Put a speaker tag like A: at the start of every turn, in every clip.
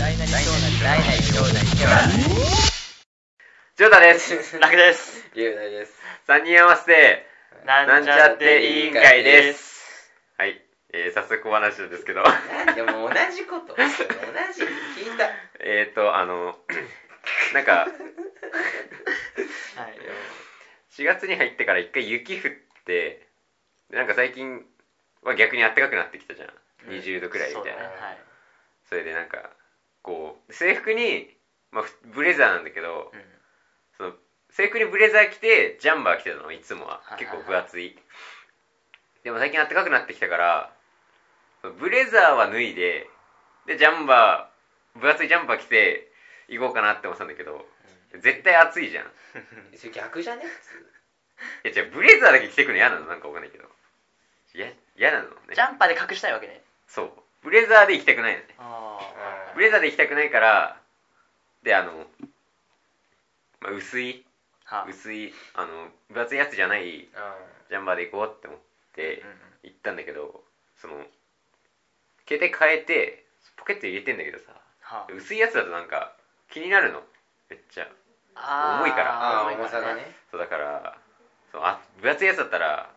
A: 大なり小なり大なり小なり
B: ジョータです。
C: 楽です。
A: 雄大です
B: 3人合わせて、
C: な
B: なんん
C: ち
B: ち
C: ゃ
B: ゃ
C: っ
B: ってて
C: 委
B: 委
C: 員
B: 員
C: 会
B: 会
C: で。
B: ですはい、えー、早速お話なんですけど、
A: でも同じこと同じ聞いた
B: えっと、あの、 なんか、
C: はい。
B: 4月に入ってから一回雪降って、でなんか最近は逆に暖かくなってきたじゃん。
A: うん
B: 20度くらいみたいな。
C: そうだね
B: それでなんか、こう、制服に、まあ、ふブレザーなんだけど、
A: うん
B: その制服にブレザー着てジャンバー着てたのいつもは
C: はいはい
B: 結構分厚いでも最近暖かくなってきたからそのブレザーは脱いででジャンバー分厚いジャンバー着て行こうかなって思ってたんだけど絶対暑いじゃんい
A: それ逆じゃね
B: や違うブレザーだけ着てくの嫌なのなんかわかんないけどや嫌なのね
C: ジャンパーで隠したいわけね。
B: そうブレザーで行きたくないのね
C: あ
B: ブレザーで行きたくないからであの、まあ、薄い
C: あ。は
B: 薄いあの分厚いやつじゃない
A: 普
B: ジャンバーで行こうって思って
C: うんうん
B: 行ったんだけどその携帯変えてポケット入れてんだけどさ
C: は
B: 薄いやつだとなんか気になるのめっちゃ
C: あ
B: 重いから
A: ああ
C: ー
A: 重さがね。
B: そうだからそうあ分厚いやつだったら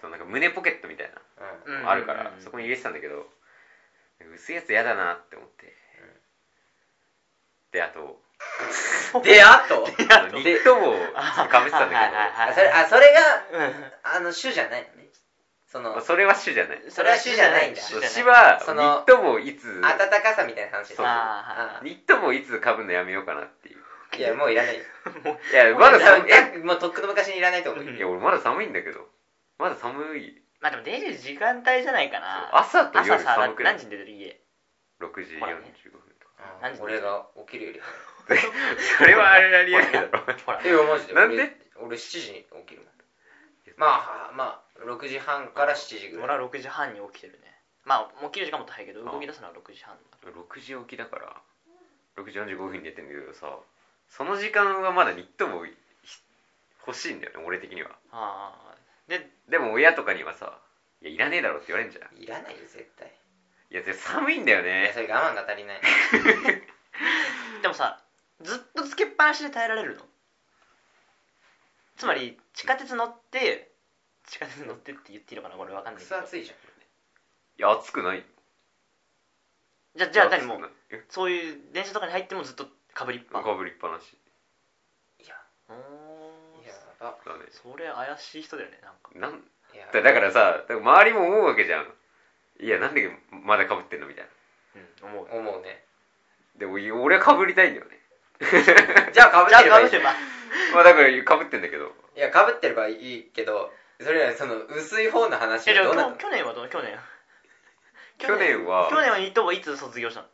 B: そのなんか胸ポケットみたい
A: う
C: う
A: ん
B: なんのあるから、
C: うん
B: そこに入れてたんだけど薄いやつ嫌だなって思って、であと
A: であと
B: あのニット帽をかぶってたんだけど
C: はいはいはい
A: あそれあそれが
C: うん
A: あの主じゃないのねその
B: まあそれは主じゃない
A: それは主じゃないんだ
C: 主
B: そう
C: じゃない
B: 主は
A: そ
B: ニ
A: の
B: ット帽いつ
A: 暖かさみたいな話です
B: そう
C: あ
B: ニット帽いつかぶるのやめようかなっていう
A: いやもういらないよ
B: いや まだ寒い
A: もうとっくの昔にいらないと思うよ
C: うん
B: いや俺まだ寒いんだけどまだ寒い
C: まあでも出る時間帯じゃないかな。
B: 朝と
C: 朝
B: 夜
C: さ、だっ
B: 寒
C: て
B: くない
C: 何
B: 6
C: 時に出てる家。
B: 時45
C: ほら
B: 分
C: ね
B: とか
C: 何時
A: 俺が起きるより
B: それはあれなりや けど
C: ほら。
A: いやマジで
B: なんで
A: 俺俺7時に起きるもんまあまあ6時半から7時ぐらい
C: 俺は6時半に起きてるね。まあ、起きる時間も早いけど、動き出すのは6時半。
B: 6時起きだから6時45分に寝てんだけどさその時間はまだニット帽欲しいんだよね俺的には
C: ああ。で、
B: でも親とかにはさ「いやいらねえだろ」って言われんじゃん
A: いらないよ絶対
B: いやで寒いんだよ
A: いや
B: ね
A: それ我慢が足りない
C: でもさ、ずっとつけっぱなしで耐えられるのつまり、地下鉄乗って、地下鉄乗ってって言っていいのかなこれわかん
A: く
C: ないけ
A: そ
C: ど。
A: 暑いじ
B: いや暑くない
C: じゃじゃあ何も
B: 暑くな
C: う
B: いえ
C: そういう電車とかに入ってもずっとかぶりっぱ
B: か
C: うーん
B: ぶりっぱなし
A: ゃんいやや
C: そ
A: ば
B: だね
C: それ怪しい人だよねなんか
B: なん
A: いや
B: だだからさだから周りも思うわけじゃんいやなんでまだかぶってんのみたい
C: う
B: な
C: ん思う
A: 思うね
B: でも俺はかぶりたいんだよね
A: じゃあかぶっ
C: じゃあ
A: てれば
C: か
A: い
C: ぶ
A: い
C: せ
A: じゃん
C: ば
B: まあだからかぶってんだけど
A: いやかぶってればいいけどそれよりその薄い方の話
C: えじ
A: は
C: ゃ
A: どうな
C: あ
A: の
C: 去年はどう去年
B: 去年は
C: 去年はニット帽いつ卒業したの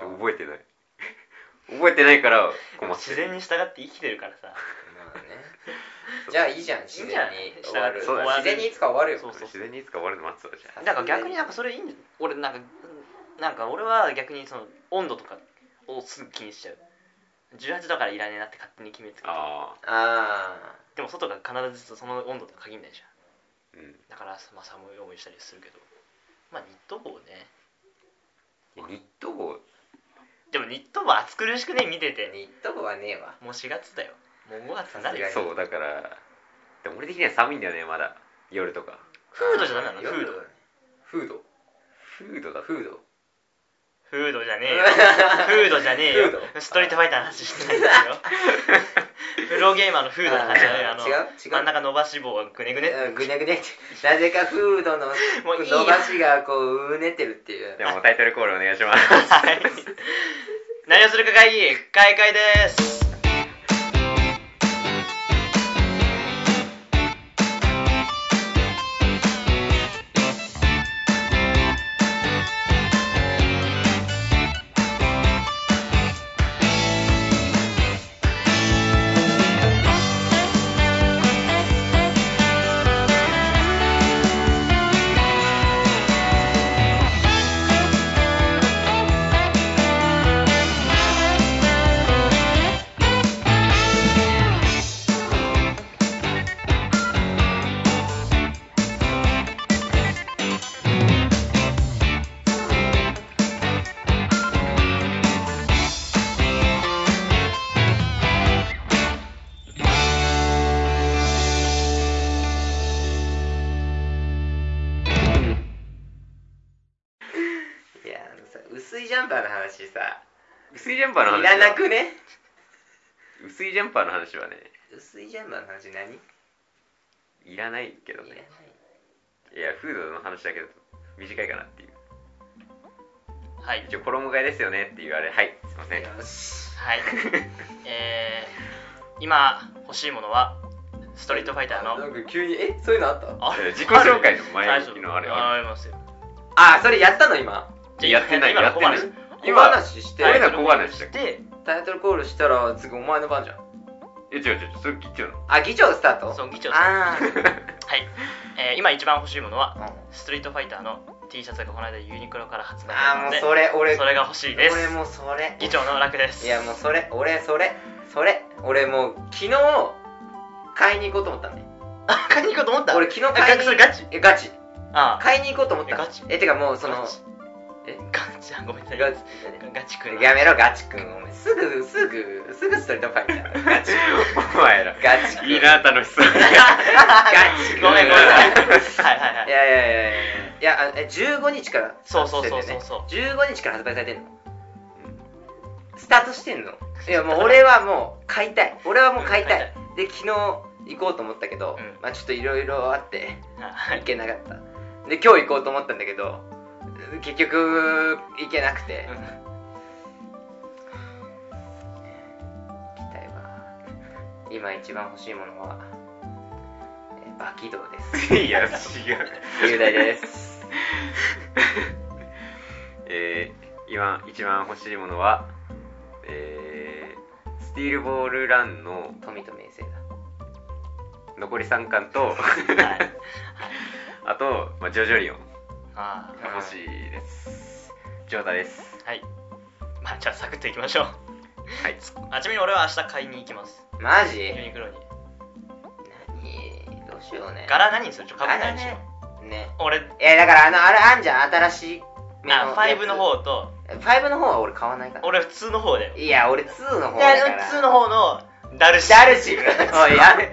A: あー
B: 覚えてない 覚えてないから困って
C: 自然に従って生きてるからさ
A: まあねじゃあいいじゃん自然に終わる
B: いいんじゃない
A: 自然にいつか終わるよ
C: そうそう
B: 自然にいつか終わるの待つわじゃ
A: さすが
C: だから逆になんかそれいいんじゃ俺なんかなんか俺は逆にその温度とかをすぐ気にしちゃう18だからいらねえなって勝手に決めつけて
B: ああ
A: あ
C: でも外が必ずその温度とは限んないじゃん
B: うん
C: だから、まあ、寒い思いしたりするけどまあニット帽ね
B: いやニット帽
C: でもニット帽暑苦しくね見て
A: あ
C: て
A: ニット帽はねえわ
C: もう4月だよもう5月になるよ
A: さすが
B: そうだからでも俺的には寒いんだよねまだ夜とか
C: フードじゃダメなの
A: 夜
C: フード
A: フード
B: フードだ
A: フード
C: フードじゃねえよフードじゃねえよ
A: フード
C: ストリートファイターの話して ないんですよプロゲーマーのフードの話じゃないあの
A: 違う違う
C: 真ん中伸ばし棒がぐねぐねって
A: うんぐねぐねってなぜかフードの
C: もういいよ
A: 伸ばしがこううねってるっていう
B: でもタイトルコールお願いします
C: はい何をするか会議開会です
D: 「あなたのことを
A: 薄いジャンパーの話さ
B: 薄いジャンパーの話
A: い
B: は
A: らなくね
B: 薄いジャンパーの話はね
A: 薄いジャンパーの話何い
B: いらないけど
A: らない
B: ねいやフードの話だけだと短いかなっていう
C: はい
B: 一応衣替えですよねっていうあれはいすいません
A: よし
C: はいえー、今欲しいものはストリートファイターの
A: なんか急にえそういうのあった
C: あ
B: 自己紹介の前向きのあれ
C: あ
B: は
C: ありますよ
A: あそれやったの今
B: やってない
C: 今の
B: やってない
C: 小話
A: 今話して、
B: 俺ら小話だ
C: し
B: よ
C: て
A: タイトルコールしたら次お前の番じゃん
B: え違う違う違うそれ切っちゃうの
A: あ議長スタート
C: そう議長
A: あ
C: は
A: ー
C: い、えー、今一番欲しいものは
A: うん
C: ストリートファイターの T シャツがこの間ユニクロから発売され
A: あ
C: た
A: ー
C: の
A: もう
C: で
A: それ俺
C: それが欲しいです
A: 俺もうそれ
C: 議長の楽です
A: いやもうそれ俺それそれ俺もう昨日買いに行こうと思ったんだよ
C: あ買いに行こうと思った
A: 俺昨日買いに
C: えガそれガチ
A: えガチ
C: あ
A: 買いに行こうと思ったの
C: えガチ
A: えてかもうその
C: ガチ
A: え
C: ガチあごめんなさい
A: ガチ
C: ガチくん
A: やめろガチ君お前すぐすぐすぐストリートファイターガチ
B: お前 ら
A: ガチ君
B: いいな楽しそう
A: ガチ君
C: ごめんごめんなさいはいはいはい
A: いやいやいやいやいやあえ15日から
C: そうそうそうそう
A: 発売
C: そう
A: してんだよね15日から発売されてんのスタートしてんのいやもう俺はもう買いたい俺はもう買いたいで昨日行こうと思ったけど、
C: うん
A: まあちょっといろいろあって
C: は
A: 行
C: い
A: けなかったで今日行こうと思ったんだけど結局行けなくて
C: うん
A: 期待は今一番欲しいものはえーバキドウで す
B: いや違う
A: 雄大です
B: えー、今一番欲しいものはえー、スティールボールランの
A: 富と名声だ
B: 残り3巻と
C: はい
B: あと、まあ、ジョジョリオン
C: あ
B: が欲しいですジョーダです
C: ーはいまあじゃあサクッといきましょう
B: はい
C: あちなみに俺は明日買いに行きます
A: マ
C: ユ
A: ジ
C: ニクロに
A: 何どうしようね
C: 柄何にするちょっと被んないにしよう
A: ね
C: 俺
A: いやだからあのあれあんじゃん新しい
C: あファイブの方と
A: 5の方は俺買わないから
C: 俺普通の方だよ
A: いや俺2の方だから
C: 普通の方のダルシ
A: ダルシおいやめ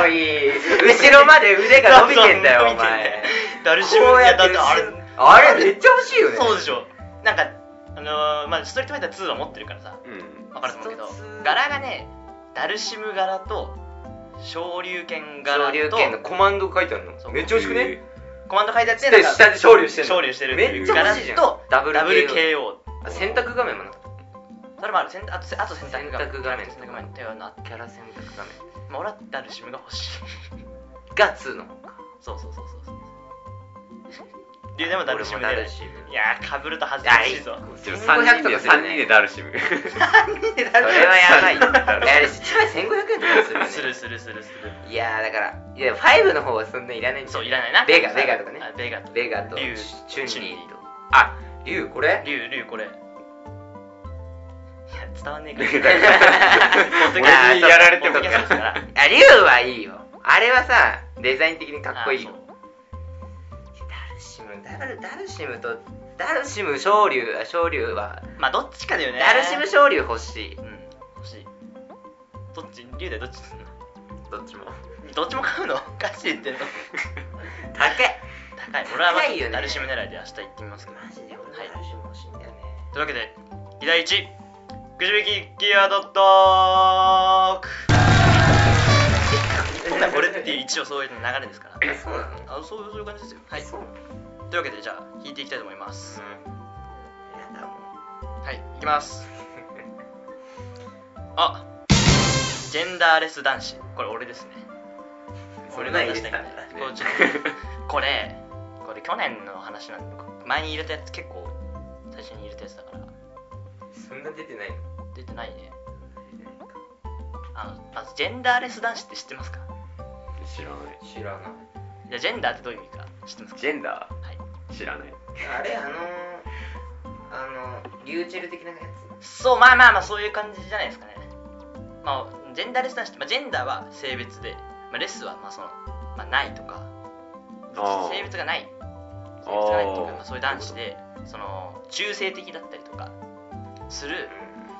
A: おい後ろまで腕が伸びてんだよお前
C: ダルシム
A: こう
C: い
A: や
C: や
A: って
C: だっ
A: 後
C: て
A: ろ
C: あれ
A: あれめっちゃ欲しいよね
C: そうでしょなんかあのーまあストリートファイター2は持ってるからさ
B: うん
C: 分かると思うけど
A: スト2
C: 柄がねダルシム柄と昇竜拳柄
A: 昇
C: と
A: 竜拳のコマンド書いてある
C: そ
A: の
C: う
A: めっちゃ欲しくね
B: え
C: コマンド書いてあって
A: で
C: なんか
A: 下に昇竜してんの
C: 昇竜してるって
A: め
C: い
A: っ
C: う
A: ちゃ
C: 柄
A: 欲しいじゃん
C: と
A: ダブル
C: ダブル
A: KO
C: KO
A: あ洗濯画面もな
C: それもあるせんあとせあと洗濯画面
A: 洗濯画面
C: 洗濯画面っていうのあって
A: キャラ洗濯画面
C: まあ俺はダルシムが欲し い
A: が2の方か
C: そうそうそうそうそうリュウでもダルシムで
A: 俺もダルシム
C: いやーかぶると恥ずかしいぞ
B: ーちょ3人で3人でダルシム
A: それはやばいよ
B: ダルシム
A: いやあれ1枚1500円とかするよ ね
C: するするするする
A: いやーだからいや5の方はそんないらないんだよ
C: そういらないな
A: ベガベガとかね
C: あベガと
A: ベガと
C: リュウ
A: チュンリー
C: と
A: あ竜これ
C: リュウリュウこれいや伝わんねえか
B: 俺にやられても
C: ポッドキャストだから
A: あ竜はいいよあれはさデザイン的にかっこいい
C: あ
A: よ
C: そう
A: ダルシムダルダルシムとダルシム昇竜あ昇竜は、
C: まあどっちかだよね
A: ダルシム昇竜欲しい
C: うん欲しいどっちリュウでどっちすんの
A: どっちも
C: どっちも買うのおかしいってんの
A: 高え
C: 高い俺はま
A: 高いよ
C: あ
A: ね
C: ダルシム狙いで明日行ってみますけど
A: マジで
C: は
A: 俺
C: い
A: ダルシム欲しいんだよね
C: というわけで議題1くじ引きギアドットーク 本来これって一応そういう流れですから
A: えそうなの
C: あそうそういう感じですよはい
A: そうなの
C: というわけでじゃあ引いていきたいと思います、
A: やだも
C: はいいきます あジェンダーレス男子これ俺ですね
A: う
C: 俺
A: が
C: が
A: 入
C: 出
A: れ
C: してたい
A: た
C: ね
A: んだ
C: こうちょっ とこれこれ去年の話なんで前に入れたやつ結構最初に入れたやつだから
A: そんな出てないの
C: 出てないねあのまずジェンダーレス男子って知ってますか
B: 知らない
A: 知らない
C: じゃあジェンダーってどういう意味か知ってますか
B: ジェンダ
C: はい
B: ー知らない
A: あれあのー、あのリューチェル的なやつ
C: そうまあまあまあそういう感じじゃないですかねまあジェンダーレス男子って、まあ、ジェンダーは性別で、まあ、レスはまあその、まあ、ないとか
B: あー
C: 性別がない性別がないとか
B: あー
C: まあ、そういう男子でその中性的だったりとかする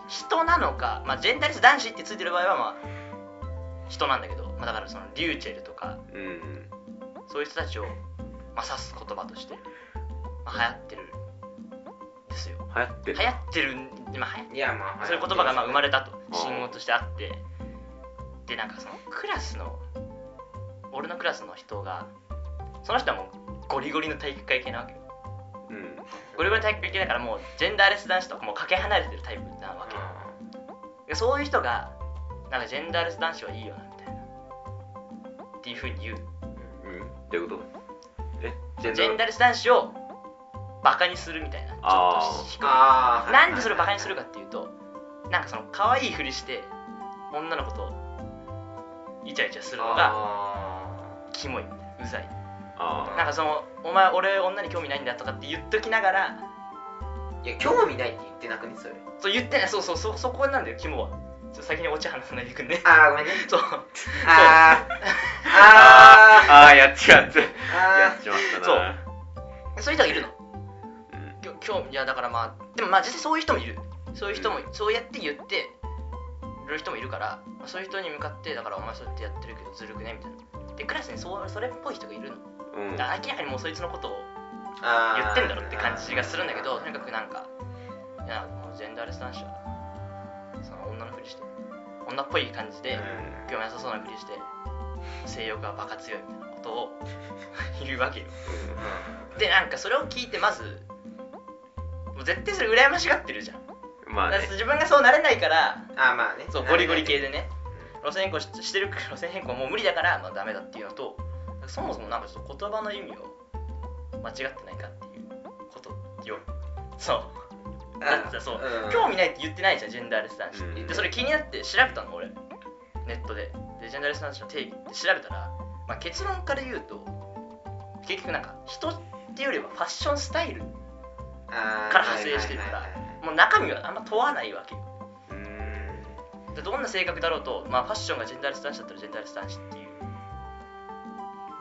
C: 人なのか、まあ、ジェンダーレス男子ってついてる場合はまあ人なんだけど、まあ、だからそのリューチェルとか
B: うん
C: そういう人たちを、まあ、指す言葉として、まあ、流行ってるんですよ
B: 流行って
C: 流
B: る
C: 行ってる今流行
A: いやまあ
C: そういう言葉がまあ生ま
A: れ
C: れたと
B: ん
C: 信号としてあってでなんかそのクラスの俺のクラスの人がその人はもうゴリゴリの体育会系なわけよ
B: うん
C: ゴリゴリの体育会系だからもうジェンダーレス男子とかもうかけ離れてるタイプなわけでそういう人がなんかジェンダーレス男子はいいよなみたいなっていうふうに言う
B: うんどういうことえジ
C: ジェンダーレス男子をバカにするみたいなちょ
B: あー
C: っと低い
A: ああ
C: なんでそれをバカにするかっていうとなんかその可愛いふりして女の子とイチャイチャするのが
A: あ
C: キモいみたいなうざい
B: あ
C: なんかその「お前俺女に興味ないんだ」とかって言っときながら
A: ーいや興味ないって言ってなくねそれ
C: そう言ってないそうそうそうそこなんだよキモはちょっと先にオチ話さないでくんね
A: ああごめんね
C: そう
A: あーあ
B: あーあーやっちまった
A: ー
B: や
A: あ
B: っちまったな
C: そうそういう人がいるの
B: うん
C: きょ興味いやだからまあでもまあ実際そういう人もいるそういう人も、そうやって言ってる人もいるからまあそういう人に向かってだからお前そうやってやってるけどずるくねみたいなでクラスにそうそれっぽい人がいるの
B: うん
C: だから明らかにもうそいつのことを
A: ーあー
C: 言ってんだろって感じがするんだけどとにかくなんかいやもうジェンダーレス男子はその女のふりして女っぽい感じで
A: うん
C: 興味なさそうなふりして性欲がバカ強いみたいなことを 言うわけよでなんかそれを聞いてまずもう絶対それ羨ましがってるじゃん
B: まあ
C: だ
B: ね
C: から自分がそうなれないから
A: あーまあね
C: そうゴリゴリ系でね路線変更ししてる 路線変更はもう無理だから、まあ、ダメだっていうのとそもそもなんかちょっと言葉の意味を間違ってないかっていうことよそうだってさそう、
A: ん
C: 興味ないって言ってないじゃんジェンダーレス男子、
B: うん
C: でそれ気になって調べたの俺ネットででジェンダーレス男子の定義って調べたら、まあ、結論から言うと結局なんか人っていうよりはファッションスタイルも
A: あー
C: から派生してるから
A: はいはいはいはいう
C: 中身はあんま問わないわけよ
B: う
A: うんん
C: でどんな性格だろうと、まあ、ファッションがジェンダーレス男子だったらジェンダーレス男子っていう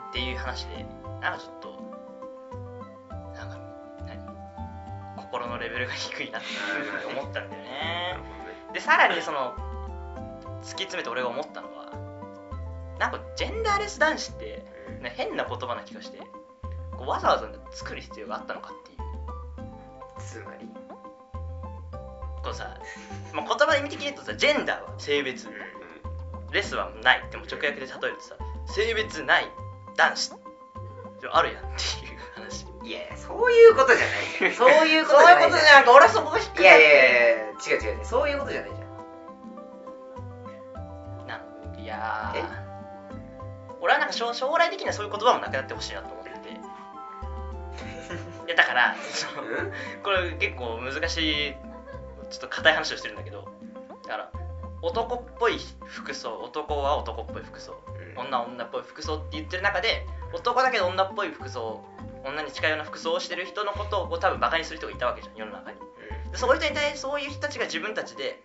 C: っていう話でなんかちょっとなんか何心のレベルが低いなっていうふうに思ったんだよ
B: な
C: ね
B: るほどね
C: でさらにその突き詰めて俺が思ったのはなんかジェンダーレス男子って、ね、変な言葉な気がしてこうわざわざ作る必要があったのかっていう
A: つまり
C: こうさ、まあ、言葉の意味的に言うとさジェンダーは性別レスはないでも直訳で例えるとさ性別ない男子あるやんっていう話
A: いやいやそういうことじゃない そういうことじゃないじゃん
C: なんか俺はそこが引っかかっ
A: い
C: て
A: やいやいや違う違う違うそういうことじゃないじゃん
C: なんいやー俺はなんか将将来的にはそういう言葉もなくなってほしいなと思って ていやだからその
A: うん
C: これ結構難しいちょっと硬い話をしてるんだけどだから男っぽい服装男は男っぽい服装女は女っぽい服装って言ってる中で男だけど女っぽい服装女に近いような服装をしてる人のことを多分バカにする人がいたわけじゃん世の中にでそういう人に対してそういう人たちが自分たちで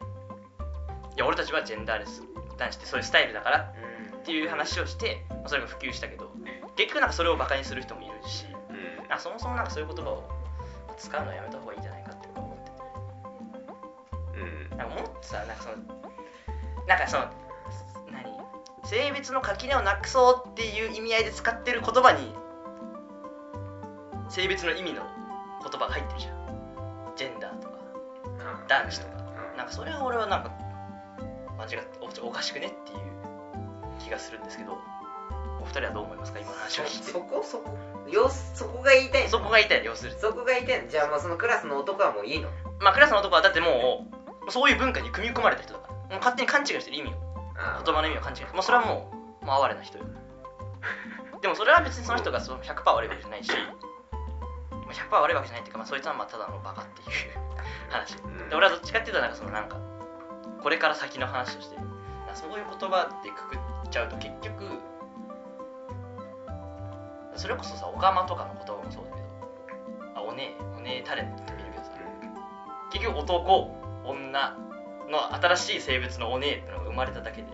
C: いや俺たちはジェンダーレス男子ってそういうスタイルだからっていう話をして、まあそれが普及したけど結局なんかそれをバカにする人もいるし
B: うんうん
C: あそもそもなんかそういう言葉を使うのはやめた方がいいんじゃないかって僕は思ってて
B: う
C: な
B: ん
C: んかもっとさなんかそのなんかその何性別の垣根をなくそうっていう意味合いで使ってる言葉に性別の意味の言葉が入ってるじゃんジェンダーとか男子とかなんかそれは俺はなんか間違っておおかしくねっていう気がするんですけどお二人はどう思いますか今の話を聞いて
A: そこそこよそこが言いたいの
C: そこが痛い要するに
A: そこが言いたいのじゃあもうそのクラスの男はもういいの
C: まあクラスの男はだってもうそういう文化に組み込まれた人だからもう勝手に勘違いしてる意味を
A: あ
C: 言葉の意味を勘違いしてもうそれはもうもう哀れな 人よでもそれは別にその人がその100%悪いわけじゃないしまあ100%悪いわけじゃないっていうか、まあ、そいつはまあただのバカっていう話で俺はどっちかっていうとなんかそのなんかこれから先の話としてなんかそういう言葉でくくっちゃうと結局それこそさオカマとかの言葉もそうだけどあおねえおねえタレントって見るけどさ結局男女の新しい生物のおねえってのが生まれただけで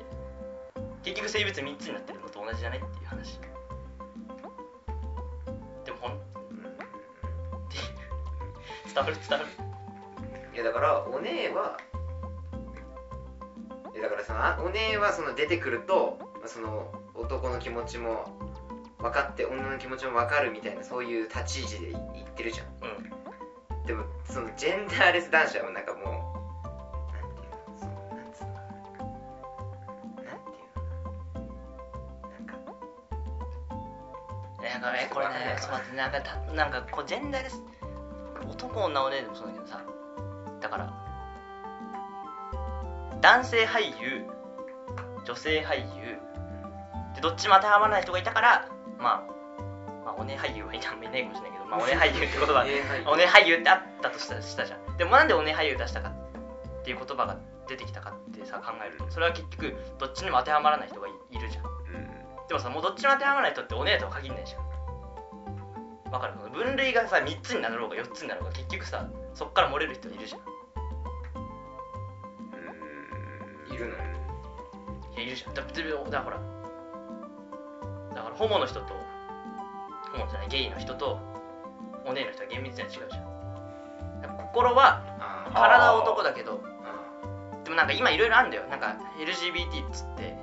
C: 結局生物3つになってるのと同じじゃないっていう話でもほんっていう伝わる伝わる
A: いやだからお姉はいやだからそのあお姉はその出てくるとまあその男の気持ちも分かって女の気持ちも分かるみたいなそういう立ち位置で言ってるじゃん
C: うん
A: でもそのジェンダーレス男子はもうなんかもうなんていうのそのなんつうのなんていうのなんか
C: えなんかねこれねちょっと待ってなんかたなんかこうジェンダーレス男女女でもそうだけどさだから男性俳優女性俳優でどっちも当てはまらない人がいたからまあまあおね俳優はいたいないかもしれないけどまあおね俳優ってことだ
A: えーはい
C: おね俳優ってあったとしたしたじゃんでもなんでおね俳優出したかっていう言葉が出てきたかってさ考えるとそれは結局どっちにも当てはまらない人がいいるじゃんでもさもうどっちも当てはまらない人ってお姉とは限んないじゃんわかるその分類がさ3つになろうが4つになろうが結局さそっから漏れる人いるじゃん
B: うん
A: いるの
C: いやいるじゃんだだだからだからホモの人とホモじゃないゲイの人とお姉の人は厳密には違うじゃんだから心は
A: あー
C: 体は男だけど
A: あ
C: でもなんか今いろいろあるんだよなんか LGBT っつって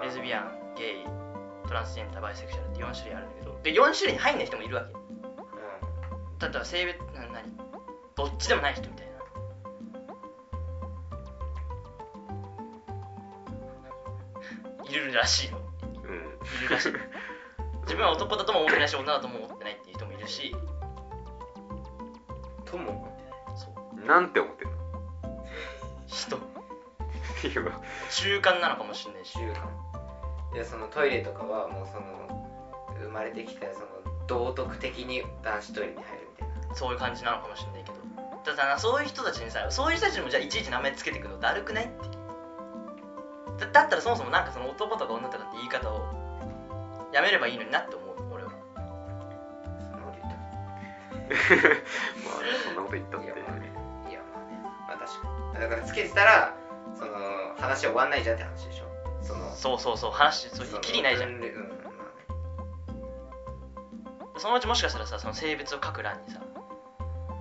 A: ー
C: レズビアンゲイトランスジェンダーバイセクシャルって4種類あるんだけどで4種類に入んない人もいるわけ
A: う
C: だったら性別な何どっちでもない人みたいな入れるらしいの
B: うんうん
C: いるらし い自分は男だとも思ってないし女だとも思ってないっていう人もいるし
A: んとも
C: そう
B: なんて思ってるの
C: 人
B: っていうか
C: 中間なのかもしれないし
A: 習慣いやそのトイレとかはもうその生まれてきたその道徳的に男子トイレに入るみたいな
C: そういう感じなのかもしれないけどただからそういう人たちにさそういう人たちにもじゃあいちいち名前つけてくのだるくないってだだったらそもそもなんかその男とか女とかって言い方をやめればいいのになって思う俺は
A: そんなこと言った
B: まあそんなこと言ったって
A: いやまあねいやまあねまあ確かにだからつけてたらその話終わんないじゃんって話でしょその
C: そうそうそう話そう
A: その
C: きりないじゃん
A: 分類うんまあね
C: そのうちもしかしたらさその性別を書く欄にさ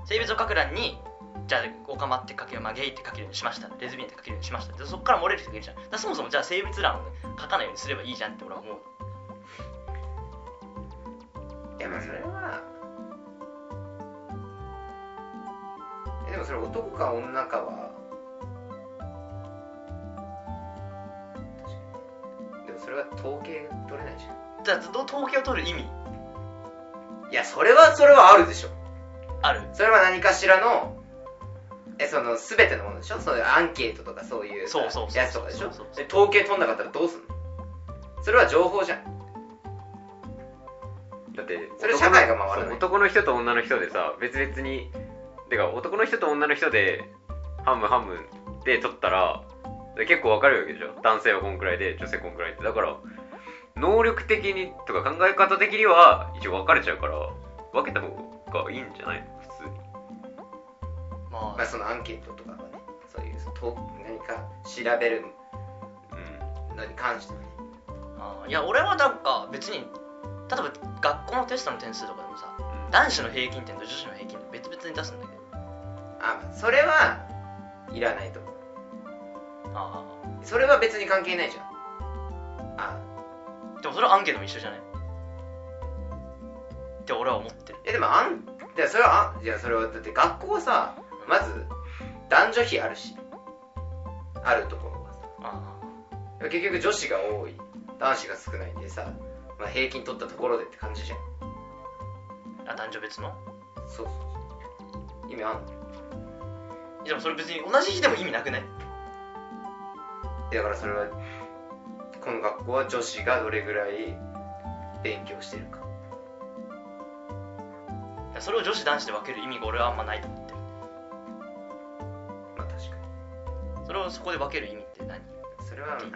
C: 性別を書く欄にじゃあオカマって書けるまあゲイって書けるようにしましたレズビアンって書けるようにしましたでそこから漏れる人がいるじゃんだからそもそもじゃあ性別欄を書かないようにすればいいじゃんって俺は思う
A: いやまあそれはえでもそれ男か女かは確かにでもそれは統計取れないじゃん
C: じゃあど統計を取る意味
A: いや、それは、それはあるでしょ。
C: ある
A: それは何かしらの、え、その、すべてのものでしょそういうアンケートとかそういう
C: そうそうそう
A: やつとかでし
C: そ
A: ょ
C: うそうそう
A: で統計取んなかったらどうすんのそれは情報じゃん。
B: だって
A: それ社会が回らない
B: そう男の人と女の人でさ別々にてか男の人と女の人で半分半分で取ったら結構わかるわけでしょ男性はこんくらいで女性こんくらいってだから能力的にとか考え方的には一応分かれちゃうから分けた方がいいんじゃないの普通に
C: ま
A: ま
C: あ
A: あ、そのアンケートとかはね、そういう、そのと何か調べるのに関してはね。
C: あーいや俺はなんか別に例えば学校のテストの点数とかでもさ男子の平均点と女子の平均点別々に出すんだけど
A: あ、まあそれは、いらないと思う。
C: あ
A: それは別に関係ないじゃん。あ、
C: あでもそれはアンケートも一緒じゃないって俺は思ってる
A: え、でも、あん、じゃそれは、あん、じゃそれは、だって学校はさ、まず、男女比あるし、あるところはさ。
C: あ
A: 結局女子が多い男子が少ないんでさ、まあ、平均取ったところでって感じじゃん
C: ああ男女別の
A: そうそうそう意味あんの
C: でもそれ別に同じ日でも意味なくない
A: だからそれはこの学校は女子がどれぐらい勉強してるか
C: いやそれを女子男子で分ける意味が俺はあんまないと思ってる
A: まあ確か
C: それをそこで分ける意味って何
A: にそれはない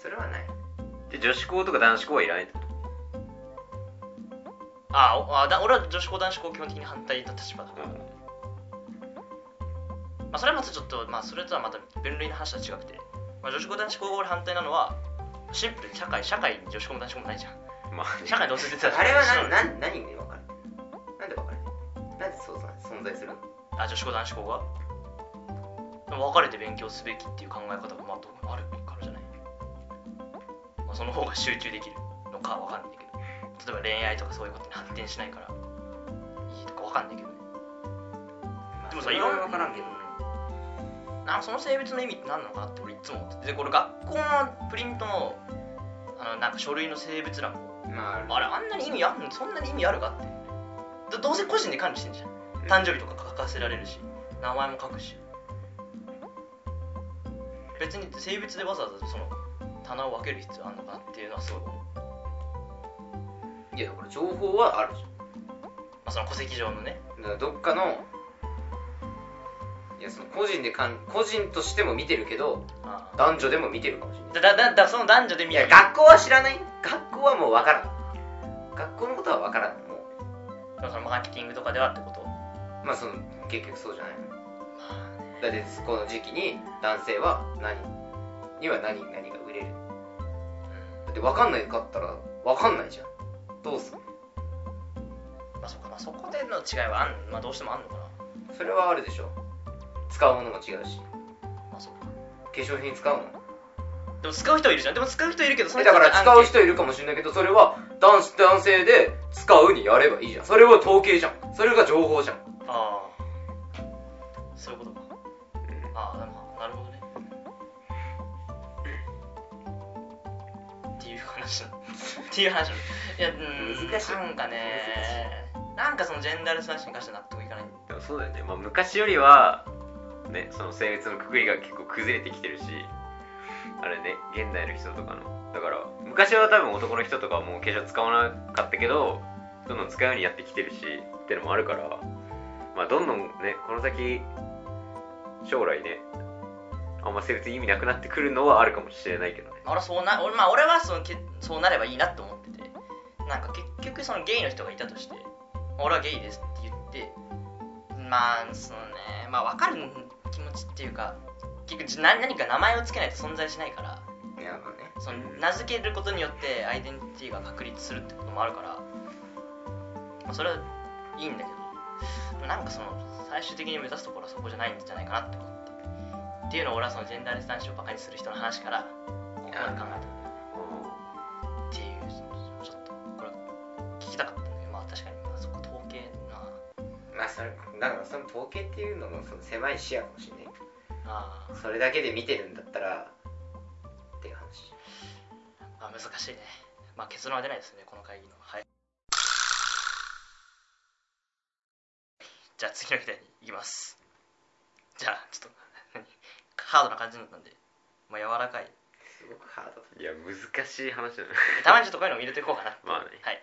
A: それはない
B: で女子校とか男子校はいらないってこと
C: あーおあーだ俺は女子校男子校基本的に反対の立場だから、まあ、それはまたちょっと、まあ、それとはまた分類の話は違くて、まあ、女子校男子校が俺反対なのはシンプルに社会社会に女子校も男子校もないじゃん
B: まあね
C: 社会同性絶対
A: あれは何何何に分かれてるなんで分かれてるなんでそうさ存在するの
C: あ女子校男子校がでも別れて勉強すべきっていう考え方がまあどうもあるからじゃない、まあ、その方が集中できるのかわかんないけど例えば恋愛とかそういうことに発展しないからいいとかわかんないけどねでもそう
A: それ
C: いろん
A: は
C: な
A: 分からんけど
C: なんその性別の意味って何なのかなって俺いつも思っててでこれ学校のプリントのあのなんか書類の性別欄も
A: まあ
C: あれあんなに意味あんのそんなに意味あるかってどどうせ個人で管理してんじゃん誕生日とか書かせられるし名前も書くし別に性別でわざわざその棚を分ける必要あるのかなっていうのはすごい思う、
A: いやだから情報はあるじゃ
C: ま
A: ん
C: あ、その戸籍上のね
A: だからどっかのいやその個人でかん個人としても見てるけど
C: あ
A: 男女でも見てるかもしれない
C: あだだだだその男女で
A: い
C: 見
A: や
C: る
A: 学校は知らない学校はもう分からん学校のことは分からんも
C: そのマーケティングとかではってこと
A: うまあその結局そうじゃない
C: まあね
A: だってこの時期に男性は何には何何が売れるだって分かんないかったら分かんないじゃんどうする
C: まあそっかまあそこでの違いはあん、まあ、どうしてもあんのかな
A: それはあるでしょ使うものも違うし
C: まあそっか
A: 化粧品使うの
C: でも使う人はいるじゃんでも使う人いるけどそ
A: え
C: の
A: だ
C: 人
A: か
C: たちは
A: ら使う
C: アンケー
A: 人いるかもしれないけどそれは男子男性で使うにやればいいじゃんそれは統計じゃんそれが情報じゃん
C: トああそういうことかああでもなるほどねっていう話なのっていう話なのいやうん
A: 難しい
C: なんかねなんかそのジェンダーレスなしに関しては納得いかない
B: でもそうだよね、まあ、昔よりは、ね、その性別のくくりが結構崩れてきてるしあれね現代の人とかのだから昔は多分男の人とかはもう化粧使わなかったけどどんどん使うようにやってきてるしってのもあるから、まあ、どんどんねこの先将来ねあんま性別意味なくなってくるのはあるかもしれないけどね
C: 俺はそうな俺,、まあ、俺はそのけそうなればいいなって思っててなんか結局そのゲイの人がいたとして俺はゲイですって言ってまあそのねまあ分かる気持ちっていうか結局何何か名前をつけないと存在しないから
A: いやまあね
C: その名付けることによってアイデンティティが確立するってこともあるから、まあ、それはいいんだけどでもなんかその最終的に目指すところはそこじゃないんじゃないかなって思ってっていうのを俺はそのジェンダーレス男子をバカにする人の話からここまで考えたっていうちょっとこれ聞きたかったんだけどまあ確かにまあそこ統計な
A: まあそれだからその統計っていうのもその狭い視野かもしれない
C: あ
A: それだけで見てるんだったらっていう話
C: ー、まあ、難しいねまあ結論は出ないですねこの会議のはいじゃあ次の議題に行きますじゃあちょっと何ハードな感じになったんで、まあ、柔らかい
A: すごくハードだ
B: いや難しい話だね
C: たまにちょっとこういうのも入れていこうかな
B: まあね
C: はい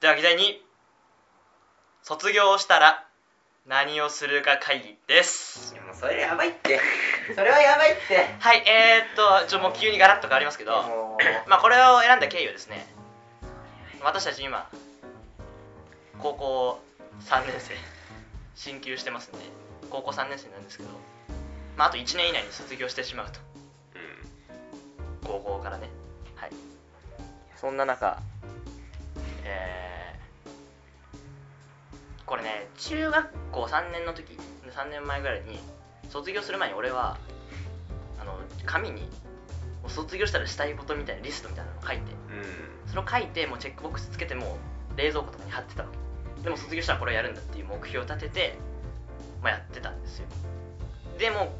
C: では議題に卒業したら何をするか会議です
A: いやもうそれやばいってそれはやばいって
C: はいえー、っとちょもう急にガラッと変わりますけど
A: もう
C: まあこれを選んだ経緯はですね私たち今高校3年生進級してますんで高校3年生なんですけど、まあ、あと1年以内に卒業してしまうと
B: う
C: 高校からねはいそんな中えーこれね中学校3年の時3年前ぐらいに卒業する前に俺はあの紙にもう卒業したらしたいことみたいなリストみたいなのを書いて
B: ん
C: それを書いてもうチェックボックスつけてもう冷蔵庫とかに貼ってたのでも卒業したらこれをやるんだっていう目標を立てて、まあ、やってたんですよでも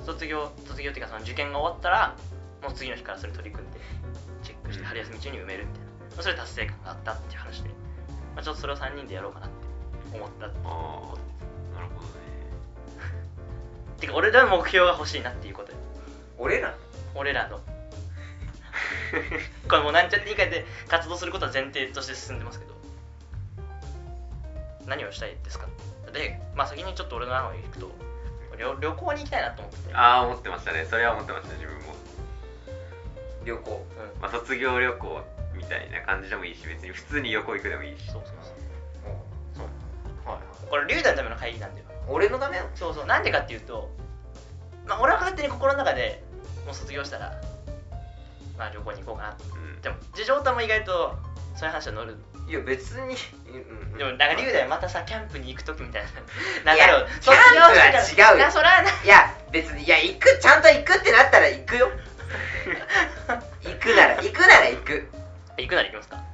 C: う卒業卒業っていうかその受験が終わったらもう次の日からそれ取り組んでチェックして春休み中に埋めるみたいな、まあそれ達成感があったっていう話で、まあ、ちょっとそれを3人でやろうかなって思った
B: ああなるほどね
C: てか俺らの目標が欲しいなっていうことよ
A: 俺ら
C: 俺らの これもうなんちゃって理解で活動することは前提として進んでますけど何をしたいですかで、まあ、先にちょっと俺の案を行くと旅旅行に行きたいなと思ってて、
B: ああ思ってましたねそれは思ってました自分も、
A: 旅行
C: うん
B: まあ、卒業旅行みたいな感じでもいいし別に普通に旅行行くでもいいし
C: そうそうそう
A: そうはい
C: これ龍大のための会議なんだよ
A: 俺のためなの
C: そうそうなんでかっていうと、まあ、俺は勝手に心の中でもう卒業したら、まあ、旅行に行こうかな
B: うん
C: でも事情とも意外とそういう話は乗る
A: いや別にうん
C: でもなんか龍大またさキャンプに行く時みたいな
A: い
C: 流
A: や
C: れを
A: キャンプは違うよ
C: いやそれはない
A: や別にいや行くちゃんと行くってなったら行くよ行くなら行くなら行く
C: 行くなら行きますか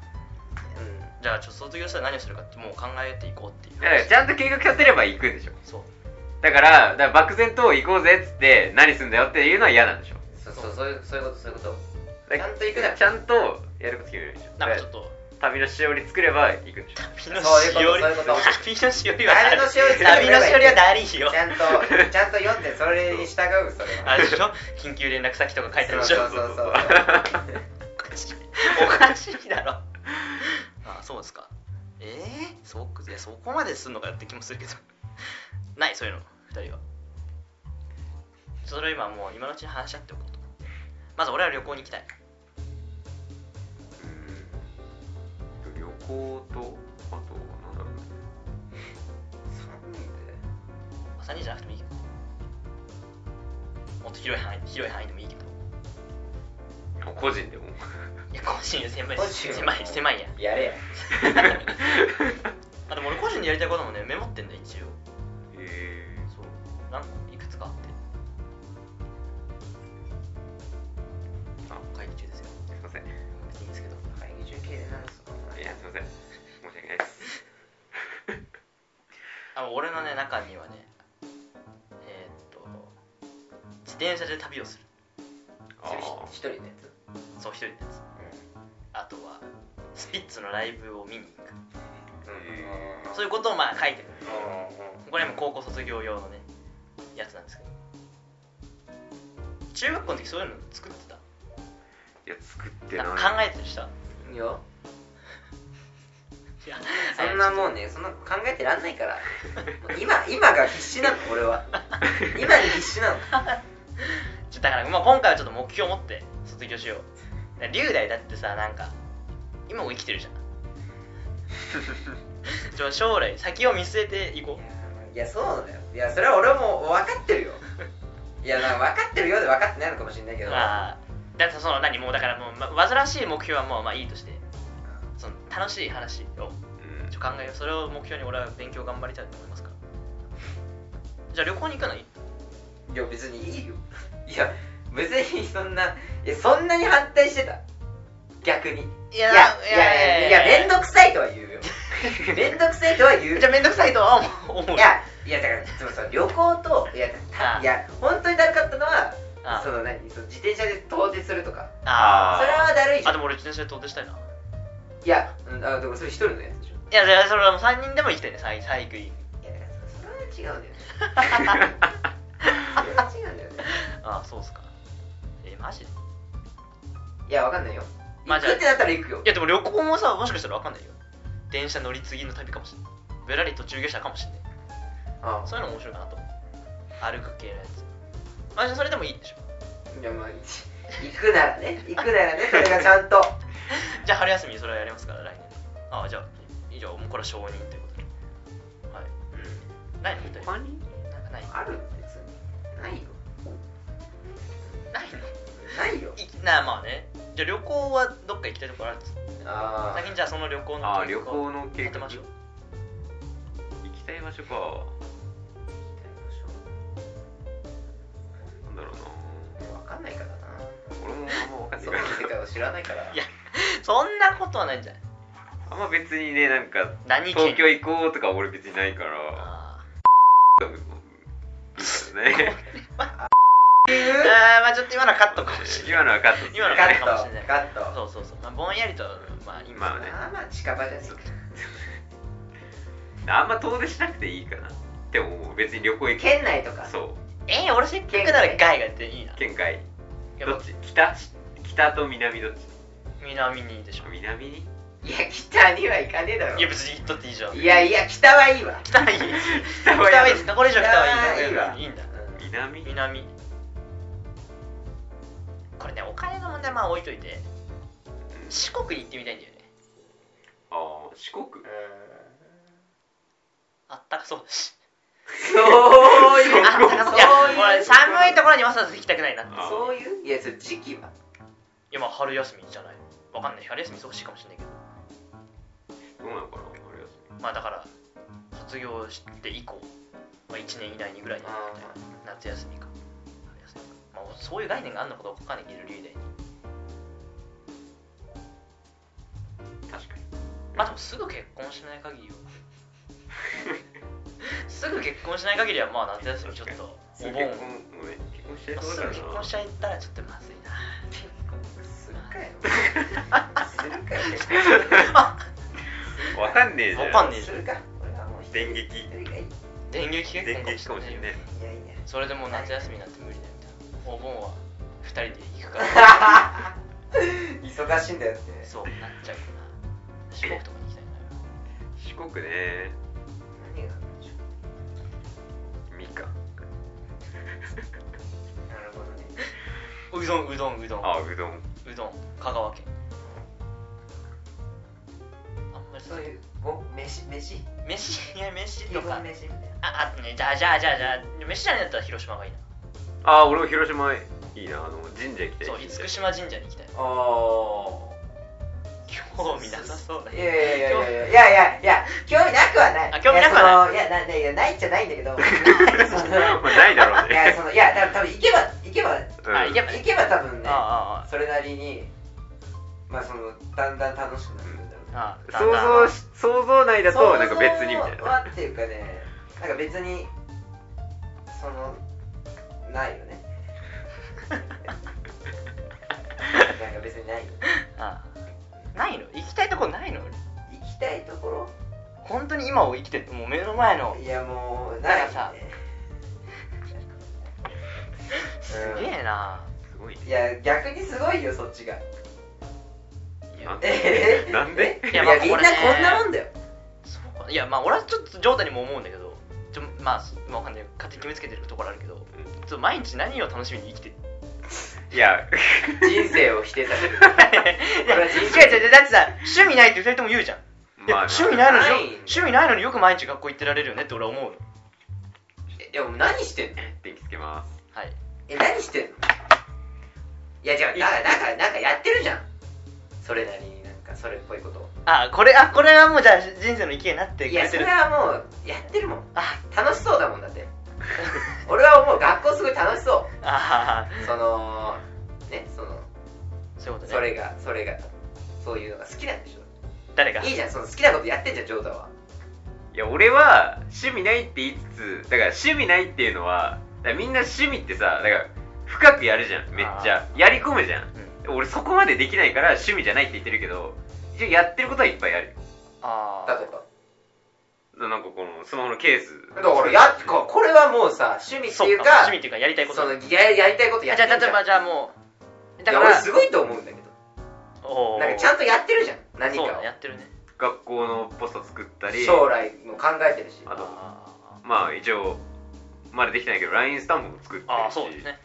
A: うん
C: じゃあちょっと卒業したら何をするかってもう考えていこうっていう
B: だからちゃんと計画立てれば行くんでしょ
C: そう
B: だからだから漠然と行こうぜっつって何すんだよっていうのは嫌なんでしょ
A: そうそうそういうそういうことそういうこと
B: だ
A: ちゃんと行くな
B: ちゃんとやること決めるでしょ
C: なんかちょっと
B: 旅のしおり作れば行くんでしょ
C: 旅のしおり
A: そういうことそうい うこと
C: 旅のしおりは
A: 旅のしおり
C: 旅のしおりはダリーよ
A: ちゃんとちゃんと読んでそれに従うそれ
C: あ
A: は
C: れでしょ緊急連絡先とか書いてあるでしょ
A: そうそうそうそう
C: おかしいおかしいだろあそうですかえー、そいやそこまですんのかよって気もするけどないそういうの二人はそれを今もう今のうちに話し合っておこうと思ってまず俺は旅行に行きたい
B: うん旅行とあとなんだろうね
C: 3人じゃなくてもいいけどもっと広い範囲広い範囲でもいいけど
B: もう個人でも
C: いや個人で狭い
A: 個人
C: 狭い狭 いや
A: やれや
C: あでも俺個人でやりたいこともねメモってんだよ一応
B: えー、
C: そうなんかいくつかあって
B: あ
C: 会議中ですよ
B: すいませんい
C: 別にいいんですけど
A: 会議中継でなんすか
B: やすいません申し訳ないです
C: あの俺のね中にはねえーっと自転車で旅をする
B: あー
A: 一人のやつ
C: そう一人のやつあとはスピッツのライブを見に行く
A: うん
C: そういうことをまあ書いてる
A: うん
C: これも高校卒業用のねやつなんですけど中学校の時そういうの作ってた
B: いや作ってない
C: なんか考えてるした
A: いいよ
C: いや
A: そんなもうねそんな考えてらんない からもう今今が必死なの俺は今に必死なの
C: ちょだから、まあ、今回はちょっと目標を持って卒業しようだから龍大だってさなんか今も生きてる じゃんちょ将来先を見据えていこう
A: いやそうだよいやそれは俺も分かってるよいやなんか分かってるようで分かってないのかもしれないけど
C: あーだってその何もうだからもう、ま、煩わしい目標はもうまあいいとしてその楽しい話を
B: うん
C: ちょ考えようそれを目標に俺は勉強頑張りたいと思いますからじゃあ旅行に行かない
A: いや別にいいよ いや別にそんないやそんなに反対してた逆に
C: い
A: いやいやいやいや面倒くさいとは言う よ面倒くさいとは言う
C: じゃあ面倒くさいとは思う思う
A: いやいやだからそのその旅行といや
C: あ
A: たいや本当にだるかったのは
C: あ
A: その何その自転車で遠出するとかそ
C: あ
B: あ
A: れはだるいじ
C: ーあ
A: ゃん
C: でも俺自転車で遠出したいない
A: やうんあでもそれ一人のやつでしょ
C: いやいやそれはもう3人でも行きたいねサイサイクリング
A: いやだからそそれは違うんだよねそれは違うんだよね
C: ああそうっすかえマジで
A: いやわかんないよ
C: まあ
A: 行
C: じゃあ
A: くってなったら行くよ
C: いやでも旅行もさもしかしたら分かんないよ電車乗り継ぎの旅かもしれないぶらり途中下車かもしれない
A: あ
C: そういうの面白いかなと思う歩く系のやつまあじゃあそれでもいいんでしょ
A: いやまあ行くならね行くならねそれがちゃんと
C: じゃあ春休みにそれはやりますから来年ああじゃあ以上もうこれは承認ということではいないの二人
B: 他に
C: なんかない
A: ある別にないよ
C: ないの
A: ないよ
C: いなあまあねじゃあ旅行はどっか行きたいとこあるんですか
A: あ
C: 先にじゃあその旅行の
B: あー旅行の計
C: 立て
B: 画
C: ましょう
B: 行きたい場所かなんだろう
A: わかんないからな
B: な俺もあんま分かんない
A: そ
B: か
A: の
B: ら
A: 世界を知らないから
C: いやそんなことはないんじゃない
B: あんま別にねなんか
C: 何県
B: 東京行こうとか俺別にないから
C: あー
B: ね
C: あーまあちょっと今のはカットかもしれない
B: 今のはカット
C: 今のは
A: カ
C: カ
A: ッ
C: ッ
A: ト
C: ト
A: カ
C: かも
A: ット
C: しれない
A: ま
C: そうそうそう、まあ、ぼんやりとまあ今、
B: まあね
A: あまあ近場じゃねえか
B: あんま遠出しなくていいかなって思う別に旅行行
A: 県内とか
B: そう
C: えー、俺せっかくなら外がでいいな
B: 県外
C: やっ
B: ど
C: ぱ
B: っち北北と南どっち
C: 南にでしょ
B: 南に
A: いや北には行かねえだろ
C: いや別に行っとっていいじゃん
A: いやいや北はいいわ
C: 北はいい
B: 北
C: 北
B: は
C: はい
B: い
C: いですかこれ以上北はいいん
A: 北は
C: だ
A: いいわ
C: いいんだ
A: うん
B: 南
C: 南これねお金の問題まあ置いといて四国に行ってみたいんだよね
B: ああ四国
C: あったかそうだし
A: そういう
C: あったかそういや俺寒いところにわざわざ行きたくないなって
B: あ
A: そういういやそれ時期はい
C: やまあ春休みじゃないわかんない春休み忙しいかもしれないけど
B: どうなのかな春休
C: まあだから卒業して以降、まあ、1年以内にぐらいになるみたいな夏休みか春休みか、まあ、そういう概念があるのかどうかわかんないけど龍大に
B: み確かに
C: まあでもすぐ結婚しない限りはすぐ結婚しない限りはまあ夏休みちょっとお
B: 結
C: 盆
B: 婚うん結婚してるとこ
C: す
B: だ
C: ぐ結
B: からな
C: 婚しちゃったらちょっとまず いな
A: 結婚するかよするかよ結
B: わかんねえじゃん
C: わかんねえ
A: 婚するか俺はもう一人
B: 電撃
A: 一人がいい
C: 電撃結
B: 電
C: 婚かも
B: 撃
C: し
B: か
C: れ
B: もし
C: ないよ
B: れない
A: いやいや
C: それでもう夏休みなんて無理だよみたいなお盆は2人で行くから
A: 忙しいんだよって
C: そうなっちゃうから四国とかに行きたいんだよ
B: 四国ね
A: 何があるんでしょ
B: みか
A: うなるほどね
C: うどんうどんうどん
B: あうどん
C: うどん香川県あんまりそ
A: そうう
C: い
A: いううご飯飯
C: 飯いや飯
A: 基
C: と
A: 本
C: か
A: 飯みたいな
C: ああとねじゃあじゃあじゃあじゃあ飯じゃねえんだったら広島がいいな
B: あ俺も広島いいなあの神社行きたい
C: そう
B: 神
C: 厳
B: 社
C: 島神社に行きたい
A: ああ
C: 興味なさそうだ
A: いやいやいやいやいやいや興味なくはない
C: あ 興味なくは
A: ないやそのいやないやないじゃないんだ けどその
B: まあないだろう
A: いや
B: ね
A: そのいや多分多分行けば行けば
B: うん
C: あいや
A: 行けば多分ね
C: あ
A: それなりにまあそのだんだん楽しくなるんだろう
C: ああああ
B: 想像し想像内だとなんか別にみたい
A: 想像
B: な
A: はっていうかねなんか別にそのないよねなんか別にない
C: ああないの行きたいとこないの俺
A: 行きたいところ
C: 本当に今を生きててもう目の前の
A: いやもうない
C: なんかさ
A: ね
C: すげえな
B: すごいね
A: いや逆にすごいよそっちが
C: い
B: なん
C: や
B: で
A: え
B: なんで
A: い
C: いや
A: や
C: まあ
A: みんな
C: これね
A: こんなもんだよ
C: そうかいやまあ俺はちょっと冗談にも思うんだけどちょまあすまあわかんない勝手に決めつけてるところあるけど
B: う
C: ち
B: ん
C: ょっと毎日何を楽しみに生きてる
B: いや
A: 人生を否定され る
C: いや違う違う違うだってさ趣味ないって2人とも言うじゃんいや
B: まあ
C: 趣味ないのによ
A: ない
C: 趣味ないのによく毎日学校行ってられるよねって俺は思うの
A: いやもう何してんの
B: 電気つけます
C: はい
A: え何してんのいや違うだからだからなんかやってるじゃんそれなりになんかそれっぽいこと
C: あこれあこれはもうじゃあ人生の意見になって
A: い
C: くれ
A: やそ
C: て
A: れ
C: る
A: はもうやってるもん
C: あ
A: 楽しそうだもんだって 俺は思う学校すごい楽しそ
C: あ
A: うそのねその
C: そういうことね
A: それがそれがそういうのが好きなんでし
C: 誰が
A: ょいいじゃんその好きなことやってんじゃんジョータはい
B: や俺は趣味ないって言いつつだから趣味ないっていうのはだからみんな趣味ってさだから深くやるじゃんめっちゃやり込むじゃん、俺そこまでできないから趣味じゃないって言ってるけど一応やってることはいっぱいあるよ
C: ああ
A: 例えば
B: なんかこのスマホのケース
A: だからやっここれはもうさ趣味っていうか
C: 趣味っていうかやりたいこと
A: そのややりたいこと
C: じゃ
A: や
C: あ
A: ってんじ
C: 例
A: ゃん
C: えばじゃあもうだ
A: い
C: か
A: や
C: ら
A: 俺すごいと思うんだけど
C: おー
A: なんかちゃんとやってるじゃん何か
C: そうだ
A: を
C: ねやってるね
B: 学校のポスト作ったり
A: 将来も考えてるし
B: あと
C: あ
B: まあ一応まだできてないけど LINE スタンプも作ってるし
C: ーあーそうですね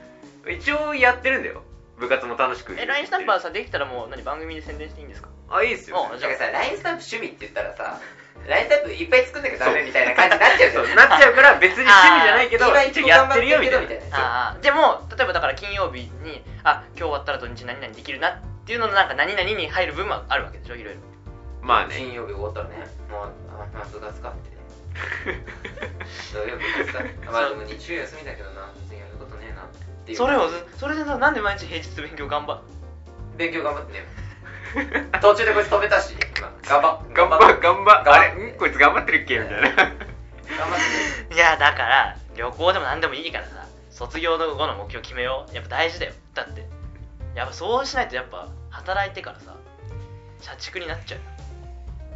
B: 一応やってるんだよ部活も楽しく
C: え LINE スタンプは
B: ー
C: さできたらもう何番組で宣伝していいんですか
B: あいいっすよ
C: お
A: だからさ LINE スタンプ趣味って言ったらさ LINE スタンプいっぱい作んなきゃダメみたいな感じになっちゃうじゃ
B: そ
A: ん
B: うなっちゃうから別に趣味じゃない けど
A: あー
B: 一応やってるよみたいな
A: 今一番
C: ああでも例えばだから金曜日にあ今日終わったら土日何々できるなっていうののなんか何々に入る分はあるわけでしょいろいろ
B: まあね
A: 金曜日終わったらねもうあまあ部活かってね土曜日部活 かまあでも日曜休みだけどな別にやることねえなっていう
C: それをずそれでさなんで毎日平日勉強頑張っ
A: 勉強頑張ってね途中でこいつ止めたし今頑張
B: 頑張
A: 頑張っ
B: っ頑張っあ
A: 頑張
B: れんこいつ頑張ってるっけみたいな
A: て
C: いやだから旅行でも何でもいいからさ卒業の後の目標決めようやっぱ大事だよだってやっぱそうしないとやっぱ働いてからさ社畜になっちゃうよ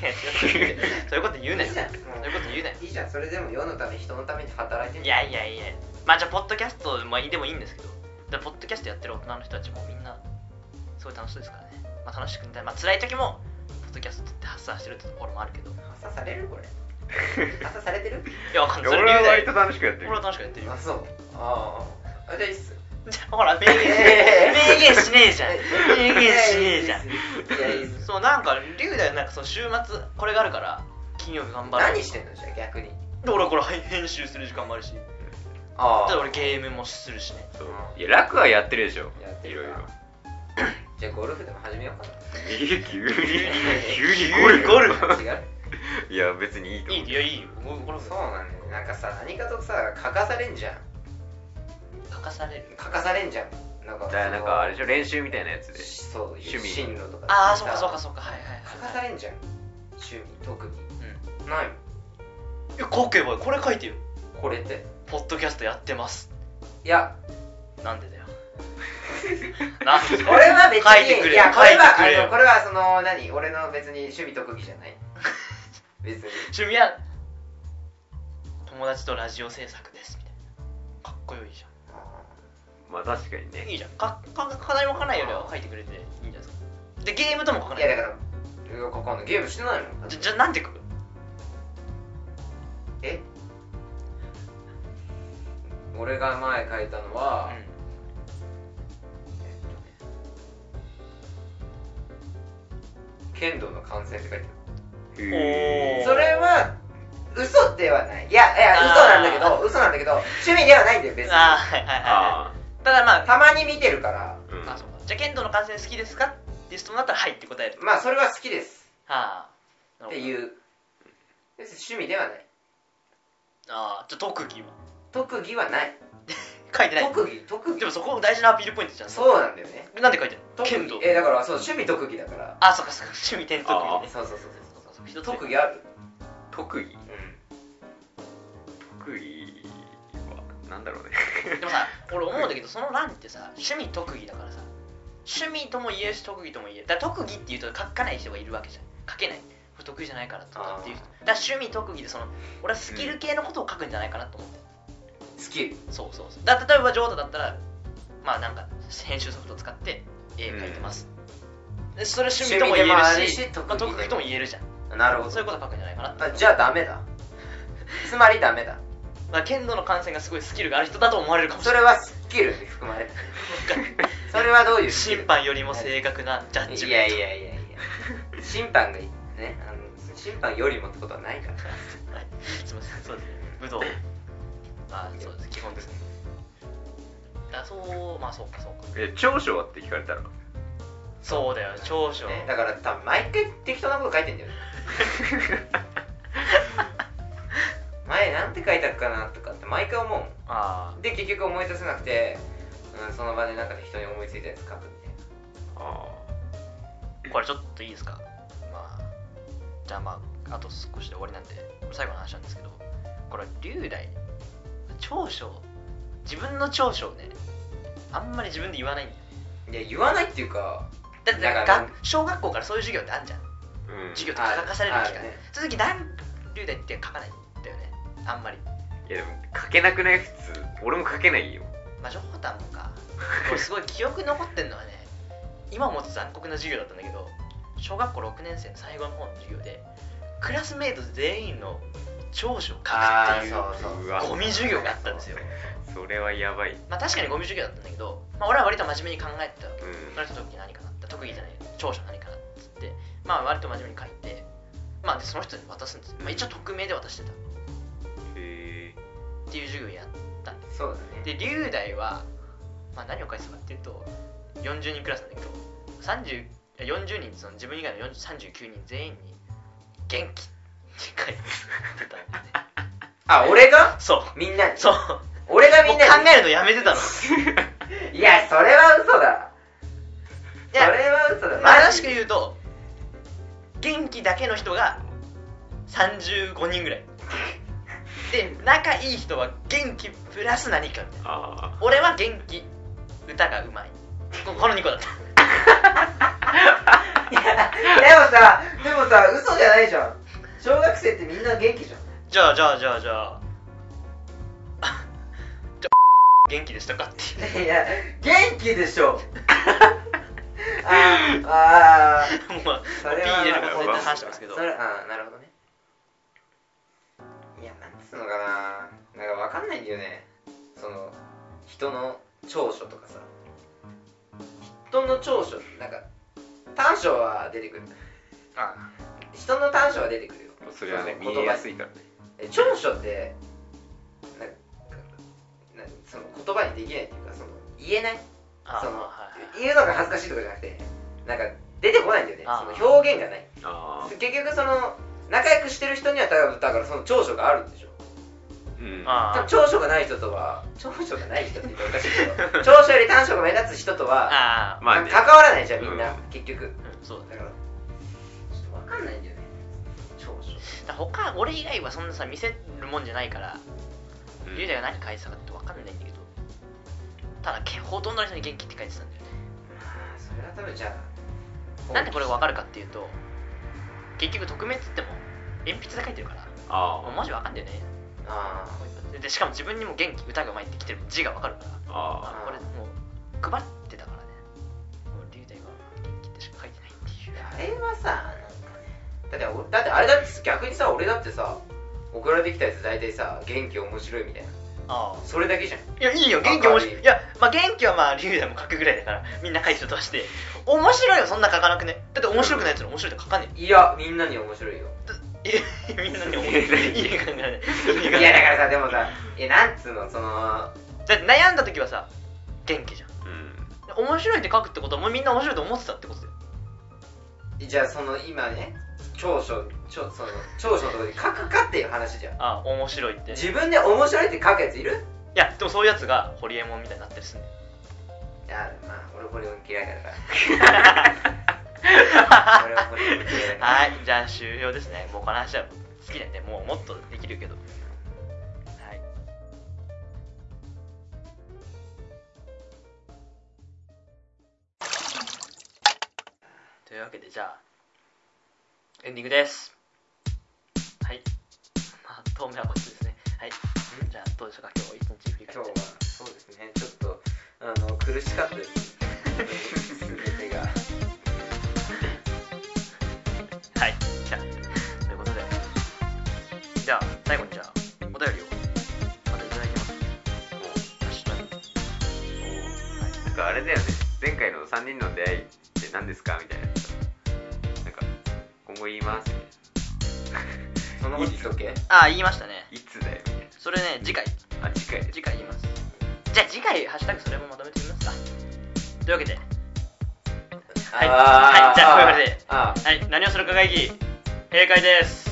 C: いや違うそういうこと言うなよ
A: いい
C: そ
A: じ
C: う
A: ゃ
C: い
A: ん
C: うこと言うなよ
A: いいじゃんそれでも世のため人のために働いてん
C: い
A: じゃん
C: やいやいやまあじゃあポッドキャスト、まあ、でもいいんですけどだからポッドキャストやってる大人の人たちもみんなすごい楽しいですからね、まあ、楽しくみたいまあ辛い時もポッドキャストって発散してるってところもあるけどい
A: 発散されるこれ発散されてる
C: やわかんないそれ
B: 俺は
C: 理由だ
B: 割
C: よ
B: と楽しくやって
C: 俺は
B: る
C: 楽しくやってるよ
A: あそうあああじゃあいいっす
C: じゃ あほら明言し
A: えー
C: 明言しねえじゃん明言しねえじゃん
A: いやいいっす
C: そうなんか龍だよなんかその週末これがあるから金曜日頑張る
A: 何してんのじゃあ逆に
C: で俺これ編集する時間もあるし
A: あ
C: で俺ゲームもするしね
B: そういや楽はやってるでしょ
A: やって
B: い
A: る
B: ろい
A: な
B: ろ
A: じゃあゴルフでも始めようか
B: え急に 急に
C: ゴルフ
B: ゴルフ
A: な違う
B: いや別にいいと
C: い
B: 思う
C: いよいいよゴゴルフ
A: そうなんだよねなんかさ何かとさ欠かされんじゃん
C: 欠かされる
A: 欠かされんじゃんなんか
B: だからなんかあれでしょ練習みたいなやつで
A: そう
B: 趣味
A: 進路とか
C: ああそうかそうか
A: う
C: そうかはいはい
A: 欠か
C: はい
A: されんじゃん趣味特に
C: う
A: ないもん
C: え書けばいいこれ書いてよ
A: これって
C: ポッドキャストやってます
A: いや
C: なん でだよなんで
A: これは別に
C: 書いてくれよ
A: いやこれは
C: 書いてくれよ
A: あのこれはその何俺の別に趣味特技じゃない 別に
C: 趣味は友達とラジオ制作ですみたいなかっこよいじ
B: まあ確かに
C: ゃん
B: ね
C: いいじゃんかか課題も書かないよりは書いてくれていいんじゃないですかでゲームとも書か
A: い
C: ない
A: やだからよくわかんないゲームしてないもん
C: じゃじゃあなんて書く
A: え俺が前書いたのは、
C: う
A: 剣道の観戦って書いて
C: お
B: へ
A: ある
C: ー
A: それは嘘ではないいやいや
C: あー
A: 嘘なんだけど嘘なんだけど趣味ではないんだよ別
C: ん
A: に
C: ああはいはいは
B: あ
C: いただまあ
A: たまに見てるから
B: ー、うん、
C: あそうかじゃあ剣道の観戦好きですかって質問だったら「はい」って答える
A: まあそれは好きです
C: はあ
A: っていう別に趣味ではない
C: ああじゃあ特技は
A: 特技はない
C: 書いてない
A: 特技特技
C: でもそこも大事なアピールポイントじゃん
A: そうなんだよね
C: なんで書いてるの
A: 特技
C: 剣道
A: えだからそう趣味特技だから
C: あそうかそうか趣味点特技
B: あ
C: ね
A: そうそうそう
C: そうそうそう
A: そ
C: 一
A: う
C: つ
A: 特技ある
B: 特技
A: う
B: 特技はなんだろうね
C: でもさ俺思うんだけどその欄ってさ趣味特技だからさ趣味とも言えるし特技とも言えるだから特技っていうと書かない人がいるわけじゃん書けないこれ得意じゃないからとかっていう人だから趣味特技でその俺はスキル系のことを書くんじゃないかなと思って、
A: んスキル
C: そうそうそうだから例えばジョータだったらまあなんか編集ソフトを使って絵描いてます、でそれ趣味とも言
A: 趣味でもあ
C: え
A: る
C: るし
A: し
C: まあ
A: 特技でも
C: 特技とも言えるじゃん
A: なるほ
C: そうい
A: ど
C: うこと書くんじゃないかなって
A: あじゃあダ メだつまりダメだ
C: まあ、剣道の観戦がすごいスキルがある人だと思われるかもし
A: そ
C: れな
A: れ
C: い
A: はスキルに含まれる それはどういう
C: 審判よりも正確なジャッジ
A: い
C: メ
A: や
C: ン
A: いやいやいや審判がいねあの審判よりもってことはないから
C: トはい すいませんそうですね武道まあそうです基本ですねだそうまあそうかそうか
B: え長所はって聞かれたら
C: そうだよ長所、
A: ねだから多分毎回適当なこと書いてんだよね 前なんて書いたっかなとかって毎回思うもん
C: あ
A: で結局思い出せなくて、うん、その場でなんか適当に思いついたやつ書くみたいな
B: あ
C: あこれちょっといいですかまあじゃあまああと少しで終わりなんでこれ最後の話なんですけどこれ龍大長所自分の長所をねあんまり自分で言わないんだよ
A: いや言わないっていうか
C: だってなん
A: だ
C: か
A: から
C: 学小学校からそういう授業ってあるじゃん
B: あうん
C: 授業とか書かされる
A: あ
C: 機
A: あ
C: 会
A: るね
C: その時何流大って書かないんだよねあんまり
B: いやでも書けなくない普通俺も書けないよ
C: まあジョータンもか俺すごい記憶に残ってんのはね 今思って残酷な授業だったんだけど小学校6年生の最後の方の授業でクラスメイト全員の長所を書く
A: あ
C: っていう
A: あそうそう
B: うわ
C: ゴミ授業があったんですよ
B: それはやばい
C: まあ確かにゴミ授業だったんだけど、まあ、俺は割と真面目に考えてたわけ
B: うん
C: その人特技何かなって特技じゃない長所何かなっつってまあ割と真面目に書いてまあでその人に渡すんですよ、まあ、一応匿名で渡してた
B: へえ
C: っていう授業や
A: そうだね
C: で龍大は、まあ、何を返したかっていうと40人クラスなんだけど30いや40人その自分以外の40 39人全員に「元気」って書いてたんだよね
A: あ俺 が
C: そう
A: みんなに
C: そう
A: 俺がみ
C: もうん考
A: なに
C: えるのやめてたの
A: いやそれは嘘だ
C: い
A: それ
C: や
A: は嘘だ
C: まあ正しく
A: マジ
C: 言うと元気だけの人が35人ぐらいで仲いい人は元気プラス何かみたいな
B: あ
C: 俺は元気歌がうまいここの2個だった
A: いやでもさでもさ嘘じゃないじゃん小学生ってみんな元気じゃん
C: じゃあじゃあじゃあじゃあ あじゃあ元気でしたかっていう
A: いや、元気でし ょ。あーあー、
C: もうまあ
A: それ
C: P
A: は
C: 入れる
A: まあ
C: こと絶対話してますけど
A: それあーなるほどね。いや、なんつうのかな。なんかわかんないんだよね。その、人の長所とかさ。人の長所、なんか、短所は出てくる。
C: あ
A: 人の短所は出てくるよ。
B: あそれはね
A: その
B: 見
A: 言葉
B: えやすいからね
A: え長所って、なんか、なんかその言葉にできないっていうか、その、言えない。
C: あ
A: その
C: はいはい
A: 言うのが恥ずかしいとかじゃなくてなんか出てこないんだよね
C: あー
A: その表現がない
B: ああ
A: 結局その仲良くしてる人には多分だからその長所があるんでしょ
B: うん
C: あ
A: 長所がない人とは長所がない人って言うとおかしいけ ど長所より短所が目立つ人とは
C: ああ
B: まあね
A: 関わらないじゃんみんな、
B: う
A: 結局
C: うんそう
A: だからちょっと分かんないんだよね長所長所
C: だから他俺以外はそんなさ見せるもんじゃないから
B: うん
C: 龍大が何書いてたかって分かんないんだけどただけほとんどの人に元気って書いてたんだよね
A: まあそれは多分じゃあ
C: なんでこれが分かるかっていうと結局匿名っつっても鉛筆で書いてるからもう
B: あ
C: 文字分かんだよね
A: あ
C: ででしかも自分にも元気歌がうまいってきてる字が分かるから
B: あああ
C: あこれもう配ってたからねもう龍大は元気ってしか書いてないって
A: ー
C: い
A: いうやあれはさなんかねだっておだってあれだって逆にさ俺だってさ送られてきたやつ大体さ元気面白いみたいな
C: ああ
A: それだけじゃん
C: いや、いいよ、元気面
A: 明る
C: 白
A: い
C: い。いや、まあ、元気はまあ、リュウダイも書くぐらいだから、みんな書いてるとして、面白いよ、そんな書かなくね。だって面白くないやつの面白いって書かね
A: いやみんなに面白いよ
C: え。え、みんなに 面白い。いい考えない。
A: いやだからさでもさえなんつうのその
C: だって悩んだ時はさ、元気じゃん。
B: うん
C: 面白いって書くってことは、もうみんな面白いと思ってたってことだよ。
A: じゃあその今ね長所長その長所のところで書くかっていう話じゃん
C: ああ、面白いって。い
A: 自分で面白いって書くやついる
C: や、でもそういうやつが、ホリエモンみたいになったりすんね。
A: いやまあ俺ホリエモン嫌いだから 俺はホリエモン嫌いだから
C: はい、じゃあ終了ですね。もうこの話は好きなんで、もうもっとできるけど。はい。というわけで、じゃあ、エンディングです。はい。まあ、当面はこっちですね。はい。じゃあ、どうでしょうか、今日一日振り返
A: 今
C: っ
A: 日
C: て
A: は。そうですねちょっとあの苦しかった です全てが
C: はい。じゃあ、ということで。じゃあ、最後にじゃあ、お便りを、またいただきます。確かに。
B: なんかあれだよね前回の3人の出会いって何ですかみたいななんか今後言いますみたい
A: そのこと言っとけ
C: ああ、言いましたね。
B: ないつだよみ
C: それね、次回、
B: たいなあ次回
C: 次回言います。じゃあ次回、ハッシュタグそれもまとめてみますか。というわけで、はいはい
A: あー
C: じゃあこれまで
A: あー
C: はい、何をするか会議、閉会です。